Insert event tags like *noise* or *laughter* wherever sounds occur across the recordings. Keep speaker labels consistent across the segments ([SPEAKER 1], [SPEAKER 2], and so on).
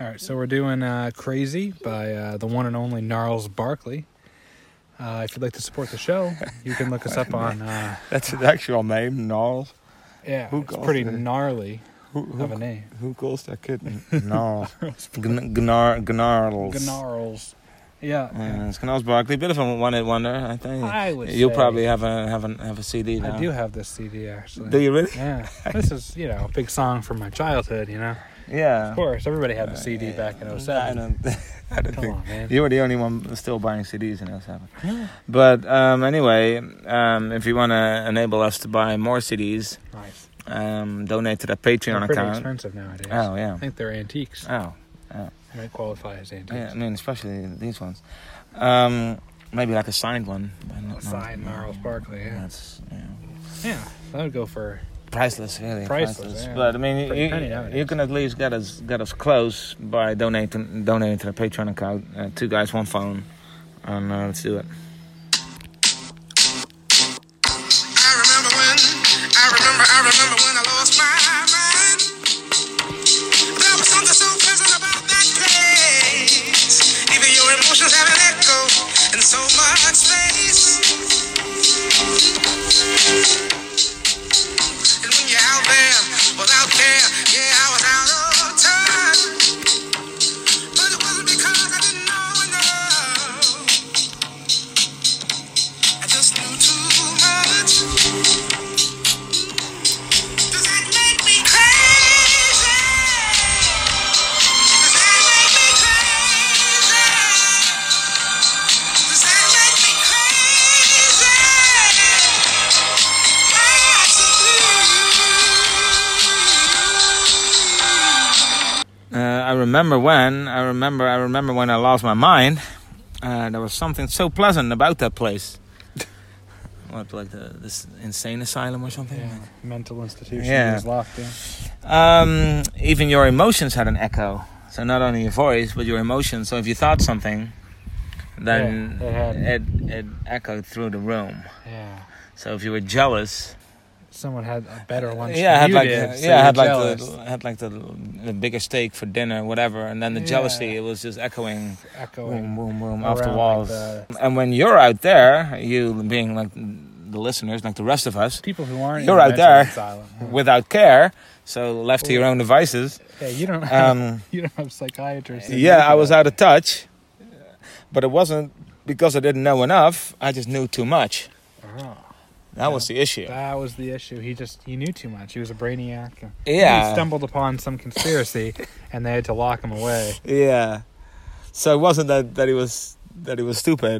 [SPEAKER 1] All right, so we're doing uh, Crazy by uh, the one and only Gnarls Barkley. Uh, if you'd like to support the show, you can look us
[SPEAKER 2] *laughs*
[SPEAKER 1] up on. Uh,
[SPEAKER 2] That's his actual name, Gnarls.
[SPEAKER 1] yeah,
[SPEAKER 2] Who
[SPEAKER 1] it's
[SPEAKER 2] calls
[SPEAKER 1] pretty
[SPEAKER 2] it?
[SPEAKER 1] gnarly
[SPEAKER 2] Who, who,
[SPEAKER 1] of a name.
[SPEAKER 2] who calls
[SPEAKER 1] *laughs*
[SPEAKER 2] that kid Gnarls? Gn- Gnar, gnarls.
[SPEAKER 1] Gnarls. Yeah.
[SPEAKER 2] Yeah, it's Gnarls Barkley. Bit of a one-hit wonder, I think.
[SPEAKER 1] I would
[SPEAKER 2] Mm. You'll
[SPEAKER 1] say-
[SPEAKER 2] probably have a have a have a CD now.
[SPEAKER 1] I do have this CD actually.
[SPEAKER 2] Do you really?
[SPEAKER 1] Yeah. this is, you know, a big song from my childhood, you know?
[SPEAKER 2] Yeah. Uh,
[SPEAKER 1] Of course, everybody had the CD
[SPEAKER 2] Yeah.
[SPEAKER 1] back in
[SPEAKER 2] I
[SPEAKER 1] 07.
[SPEAKER 2] don't. *laughs* I don't
[SPEAKER 1] Come
[SPEAKER 2] think
[SPEAKER 1] on, man.
[SPEAKER 2] you were the only one still buying CDs in 07.
[SPEAKER 1] Yeah.
[SPEAKER 2] But um, anyway, um, if you want to enable us to buy more CDs,
[SPEAKER 1] Nice.
[SPEAKER 2] um, donate to the
[SPEAKER 1] They're
[SPEAKER 2] Patreon
[SPEAKER 1] pretty
[SPEAKER 2] account.
[SPEAKER 1] expensive nowadays.
[SPEAKER 2] Oh yeah.
[SPEAKER 1] I think they're antiques.
[SPEAKER 2] Oh
[SPEAKER 1] They might qualify as antiques.
[SPEAKER 2] yeah. I mean, especially these ones. Um, maybe like a signed one. but not- not-
[SPEAKER 1] Signed Gnarls Barkley, yeah.
[SPEAKER 2] That's you know,
[SPEAKER 1] Yeah, that would go for.
[SPEAKER 2] priceless, really.
[SPEAKER 1] Priceless,
[SPEAKER 2] Priceless.
[SPEAKER 1] yeah.
[SPEAKER 2] But I mean,
[SPEAKER 1] Pretty penny
[SPEAKER 2] you,
[SPEAKER 1] nowadays.
[SPEAKER 2] you can at least get us get us close by donating donating to the Patreon account. Uh, two guys, one phone, and uh, let's do it.
[SPEAKER 3] I remember when, I remember, I remember when I lost my mind. There was something so pleasant about that place. Even your emotions have an echo in so much space. And when you're out there, without care, yeah, I was out of time. But it wasn't because I didn't know enough. I just knew too much. Does that make me crazy? Does that make me crazy? Does that make me crazy? Absolutely.
[SPEAKER 2] Uh, I remember when I remember I remember when I lost my mind. Uh, there was something so pleasant about that place. *laughs* what like the, this insane asylum or something?
[SPEAKER 1] Yeah, mental institution
[SPEAKER 2] Yeah.
[SPEAKER 1] is locked in.
[SPEAKER 2] Um, even your emotions had an echo. So not only your voice, but your emotions. So if you thought something, then
[SPEAKER 1] Yeah, it had-
[SPEAKER 2] it, it echoed through the room.
[SPEAKER 1] Yeah,
[SPEAKER 2] So if you were jealous,
[SPEAKER 1] someone had a better lunch.
[SPEAKER 2] yeah, I
[SPEAKER 1] than
[SPEAKER 2] had
[SPEAKER 1] you
[SPEAKER 2] like
[SPEAKER 1] did,
[SPEAKER 2] the,
[SPEAKER 1] so
[SPEAKER 2] yeah, I had
[SPEAKER 1] you're
[SPEAKER 2] like
[SPEAKER 1] jealous.
[SPEAKER 2] the, I had like the, the bigger steak for dinner, whatever, and then the jealousy
[SPEAKER 1] Yeah.
[SPEAKER 2] it was just echoing, boom,
[SPEAKER 1] echoing.
[SPEAKER 2] boom, boom, Mm, off the
[SPEAKER 1] around, like,
[SPEAKER 2] walls.
[SPEAKER 1] the-
[SPEAKER 2] And when you're out there, you being like the listeners, like the rest of us,
[SPEAKER 1] People who aren't
[SPEAKER 2] You're
[SPEAKER 1] in
[SPEAKER 2] out
[SPEAKER 1] mental
[SPEAKER 2] there.
[SPEAKER 1] asylum.
[SPEAKER 2] without care, so left to your own devices.
[SPEAKER 1] Yeah, you don't have
[SPEAKER 2] Um,
[SPEAKER 1] *laughs* you don't have psychiatrists. that
[SPEAKER 2] yeah,
[SPEAKER 1] do
[SPEAKER 2] I was
[SPEAKER 1] that.
[SPEAKER 2] out of touch, but it wasn't because I didn't know enough. I just knew too much.
[SPEAKER 1] Oh,
[SPEAKER 2] That was the issue.
[SPEAKER 1] that was the issue. He just he knew too much. He was a brainiac. he
[SPEAKER 2] Yeah,
[SPEAKER 1] stumbled upon some
[SPEAKER 2] *laughs*
[SPEAKER 1] conspiracy, and they had to lock him away.
[SPEAKER 2] yeah. So it wasn't that, that he was that he was stupid.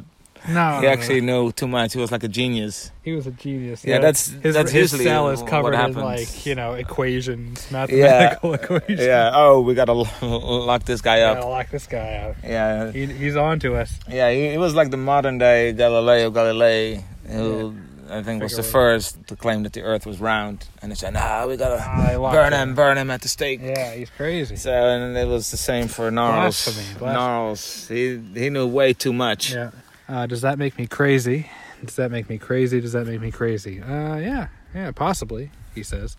[SPEAKER 1] No,
[SPEAKER 2] He actually knew too much. He was like a genius.
[SPEAKER 1] he was a genius.
[SPEAKER 2] Yeah, that's-
[SPEAKER 1] his,
[SPEAKER 2] that's
[SPEAKER 1] his
[SPEAKER 2] usually
[SPEAKER 1] cell is
[SPEAKER 2] what
[SPEAKER 1] covered in
[SPEAKER 2] happens.
[SPEAKER 1] like you know equations, mathematical *laughs* equations.
[SPEAKER 2] Yeah. Oh, we gotta lo- *laughs* lock this guy
[SPEAKER 1] yeah,
[SPEAKER 2] up.
[SPEAKER 1] lock this guy out.
[SPEAKER 2] Yeah.
[SPEAKER 1] He, he's on to *laughs* us.
[SPEAKER 2] Yeah. He, he was like the modern day Galileo Galilei, who I think was the
[SPEAKER 1] Figaro.
[SPEAKER 2] first to claim that the Earth was round, and they said, "Nah, we gotta
[SPEAKER 1] Ah, they locked
[SPEAKER 2] burn
[SPEAKER 1] him.
[SPEAKER 2] him, burn him at the stake."
[SPEAKER 1] Yeah, he's crazy.
[SPEAKER 2] So and it was the same for Gnarls.
[SPEAKER 1] Blasphemy, blasphemy.
[SPEAKER 2] Gnarls, he he knew way too much.
[SPEAKER 1] Yeah. Uh, does that make me crazy? Does that make me crazy? Does that make me crazy? Uh, yeah, yeah, possibly. He says.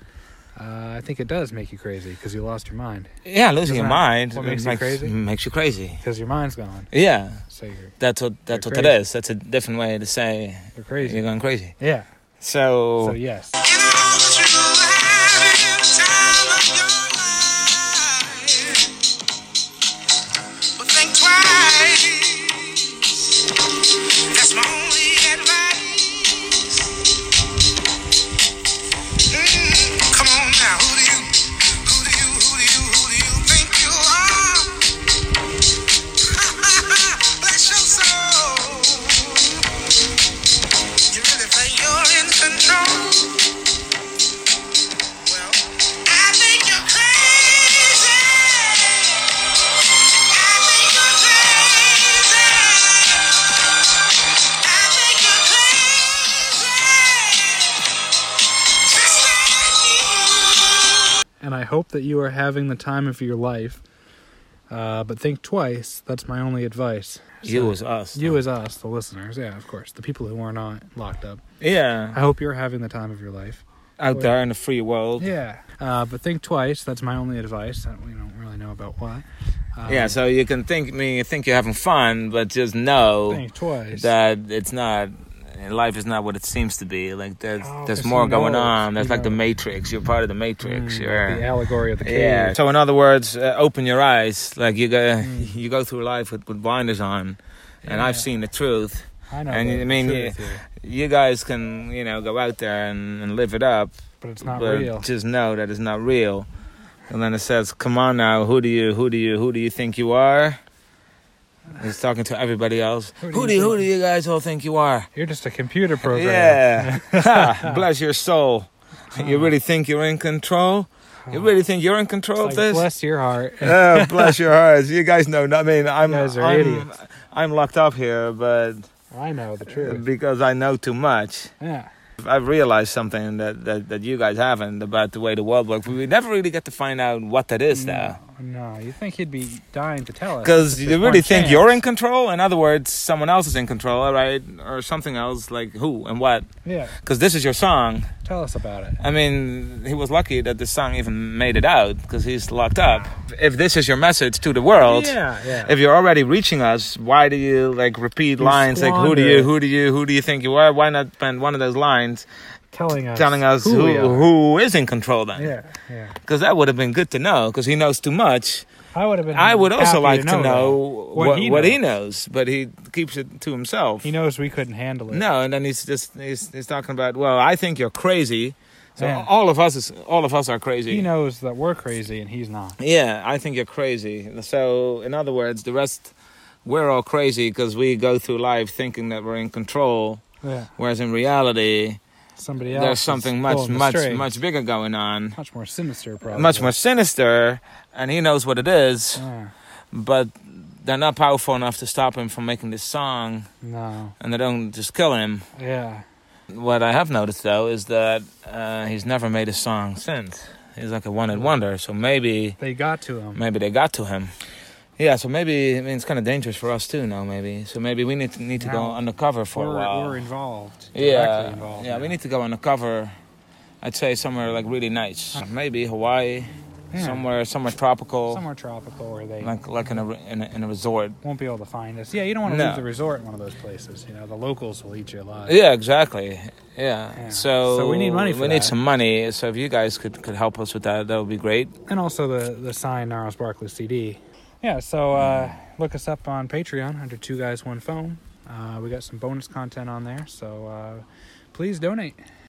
[SPEAKER 1] Uh, I think it does make you crazy because you lost your mind.
[SPEAKER 2] Yeah, losing your
[SPEAKER 1] Doesn't that-
[SPEAKER 2] mind
[SPEAKER 1] what makes you
[SPEAKER 2] makes,
[SPEAKER 1] crazy?
[SPEAKER 2] makes you crazy.
[SPEAKER 1] Because your mind's gone.
[SPEAKER 2] Yeah,
[SPEAKER 1] So you're
[SPEAKER 2] that's what that's
[SPEAKER 1] You're
[SPEAKER 2] what
[SPEAKER 1] crazy.
[SPEAKER 2] it is. That's a different way to say
[SPEAKER 1] you're crazy.
[SPEAKER 2] you're going crazy.
[SPEAKER 1] Yeah.
[SPEAKER 2] So,
[SPEAKER 1] So yes.
[SPEAKER 3] In all that you had in the time of your life, but think twice. That's my only advice. Mm, come on now, who do you, who do you, who do you, who do you think you are? *laughs* Bless your soul. You really think you're in control? Well, I think you're crazy. I think you're crazy. I think you're crazy. Just like me.
[SPEAKER 1] And I hope that you are having the time of your life. Uh, but think twice. That's my only advice.
[SPEAKER 2] you was us.
[SPEAKER 1] You as us, the listeners, yeah, of course, the people who are not locked up.
[SPEAKER 2] yeah,
[SPEAKER 1] I hope you're having the time of your life.
[SPEAKER 2] out there in the free world.
[SPEAKER 1] Yeah, uh, but think twice. That's my only advice. I, we don't really know about why. Um,
[SPEAKER 2] yeah, so you can think I mean you think you're having fun, but just know
[SPEAKER 1] think twice.
[SPEAKER 2] that it's not life is not what it seems to be like there's
[SPEAKER 1] Oh,
[SPEAKER 2] there's
[SPEAKER 1] it's
[SPEAKER 2] more
[SPEAKER 1] not
[SPEAKER 2] going
[SPEAKER 1] all-
[SPEAKER 2] on there's like the
[SPEAKER 1] yeah.
[SPEAKER 2] matrix you're part of the matrix
[SPEAKER 1] Mm,
[SPEAKER 2] you're
[SPEAKER 1] The allegory of the cave.
[SPEAKER 2] yeah so in other words uh, open your eyes like you go *laughs* you go through life with, with blinders on and
[SPEAKER 1] Mm. Yeah.
[SPEAKER 2] i've seen the truth
[SPEAKER 1] I know.
[SPEAKER 2] and
[SPEAKER 1] the
[SPEAKER 2] I mean,
[SPEAKER 1] truth here,
[SPEAKER 2] you guys can you know go out there and, and live it up
[SPEAKER 1] but it's not
[SPEAKER 2] but
[SPEAKER 1] real.
[SPEAKER 2] just know that it's not real and then it says come on now who do you who do you who do you think you are He's talking to everybody else.
[SPEAKER 1] Who
[SPEAKER 2] Who
[SPEAKER 1] do
[SPEAKER 2] do,
[SPEAKER 1] you
[SPEAKER 2] you, who
[SPEAKER 1] think-
[SPEAKER 2] do you guys all think you are?
[SPEAKER 1] You're just a computer program. *laughs*
[SPEAKER 2] Yeah. Ha, Bless your soul. You really think you're in control? You really think you're in control
[SPEAKER 1] It's like,
[SPEAKER 2] of this?
[SPEAKER 1] bless your heart.
[SPEAKER 2] oh, bless your hearts. You guys know. I mean, I'm
[SPEAKER 1] guys are
[SPEAKER 2] I'm,
[SPEAKER 1] idiots.
[SPEAKER 2] I'm locked up here, but
[SPEAKER 1] I know the truth.
[SPEAKER 2] because I know too much.
[SPEAKER 1] Yeah.
[SPEAKER 2] I've realized something that, that, that you guys haven't about the way the world works. We never really get to find out what that
[SPEAKER 1] Mm.
[SPEAKER 2] is, though.
[SPEAKER 1] Oh, No, you think he'd be dying to tell us?
[SPEAKER 2] Because
[SPEAKER 1] if
[SPEAKER 2] you
[SPEAKER 1] there's
[SPEAKER 2] really
[SPEAKER 1] one
[SPEAKER 2] think
[SPEAKER 1] chance.
[SPEAKER 2] you're in control. In other words, someone else is in control, all right? Or something else, like who and what.
[SPEAKER 1] Yeah.
[SPEAKER 2] Because this is your song.
[SPEAKER 1] Tell us about it.
[SPEAKER 2] I mean, he was lucky that the song even made it out because he's locked up. If this is your message to the world,
[SPEAKER 1] Yeah. Yeah.
[SPEAKER 2] if you're already reaching us, why do you like repeat
[SPEAKER 1] You
[SPEAKER 2] lines like "Who do
[SPEAKER 1] squander
[SPEAKER 2] you?
[SPEAKER 1] it.
[SPEAKER 2] Who do you? Who do you think you are?" Why not spend one of those lines
[SPEAKER 1] telling us.
[SPEAKER 2] telling us
[SPEAKER 1] who.
[SPEAKER 2] who
[SPEAKER 1] we are.
[SPEAKER 2] who is in control then?
[SPEAKER 1] Yeah. Yeah.
[SPEAKER 2] Because that would have been good to know. Because he knows too much.
[SPEAKER 1] I would have been.
[SPEAKER 2] I would also
[SPEAKER 1] happy
[SPEAKER 2] like to know,
[SPEAKER 1] that.
[SPEAKER 2] what, he, what he knows, but he keeps it to himself.
[SPEAKER 1] He knows we couldn't handle it.
[SPEAKER 2] No, and then he's just he's, he's talking about. Well, I think you're crazy. So
[SPEAKER 1] Yeah.
[SPEAKER 2] all of us is all of us are crazy.
[SPEAKER 1] He knows that we're crazy and he's not.
[SPEAKER 2] Yeah, I think you're crazy. So, in other words, the rest, we're all crazy because we go through life thinking that we're in control,
[SPEAKER 1] Yeah.
[SPEAKER 2] whereas in reality,
[SPEAKER 1] Somebody else.
[SPEAKER 2] there's
[SPEAKER 1] is
[SPEAKER 2] something much,
[SPEAKER 1] pulling the
[SPEAKER 2] much,
[SPEAKER 1] strings.
[SPEAKER 2] much bigger going on,
[SPEAKER 1] much more sinister, probably.
[SPEAKER 2] much more sinister, and he knows what it is,
[SPEAKER 1] Yeah.
[SPEAKER 2] but they're not powerful enough to stop him from making this song,
[SPEAKER 1] no.
[SPEAKER 2] and they don't just kill him.
[SPEAKER 1] Yeah.
[SPEAKER 2] What I have noticed though is that uh, he's never made a song since. He's like a one-hit wonder, so maybe
[SPEAKER 1] They got to him.
[SPEAKER 2] Maybe they got to him. Yeah, so maybe I mean it's kind of dangerous for us too now. Maybe so maybe we need to, need to go
[SPEAKER 1] Now,
[SPEAKER 2] undercover for
[SPEAKER 1] we're,
[SPEAKER 2] a while.
[SPEAKER 1] we're involved.
[SPEAKER 2] yeah,
[SPEAKER 1] Directly involved.
[SPEAKER 2] yeah, we need to go undercover. I'd say somewhere like really nice, maybe Hawaii,
[SPEAKER 1] Yeah.
[SPEAKER 2] somewhere somewhere tropical,
[SPEAKER 1] somewhere tropical where they
[SPEAKER 2] like like in a, re- in a in a resort.
[SPEAKER 1] won't be able to find us. Yeah, you don't want to
[SPEAKER 2] No.
[SPEAKER 1] leave the resort in one of those places. You know, the locals will eat you alive.
[SPEAKER 2] Yeah, exactly. Yeah.
[SPEAKER 1] Yeah.
[SPEAKER 2] So,
[SPEAKER 1] So we need money for
[SPEAKER 2] we need
[SPEAKER 1] that.
[SPEAKER 2] some money. So if you guys could, could help us with that, that would be great.
[SPEAKER 1] And also the the signed Naros Barkley CD. Yeah, so uh, look us up on Patreon under Two Guys One Phone. Uh, we got some bonus content on there, so uh, please donate.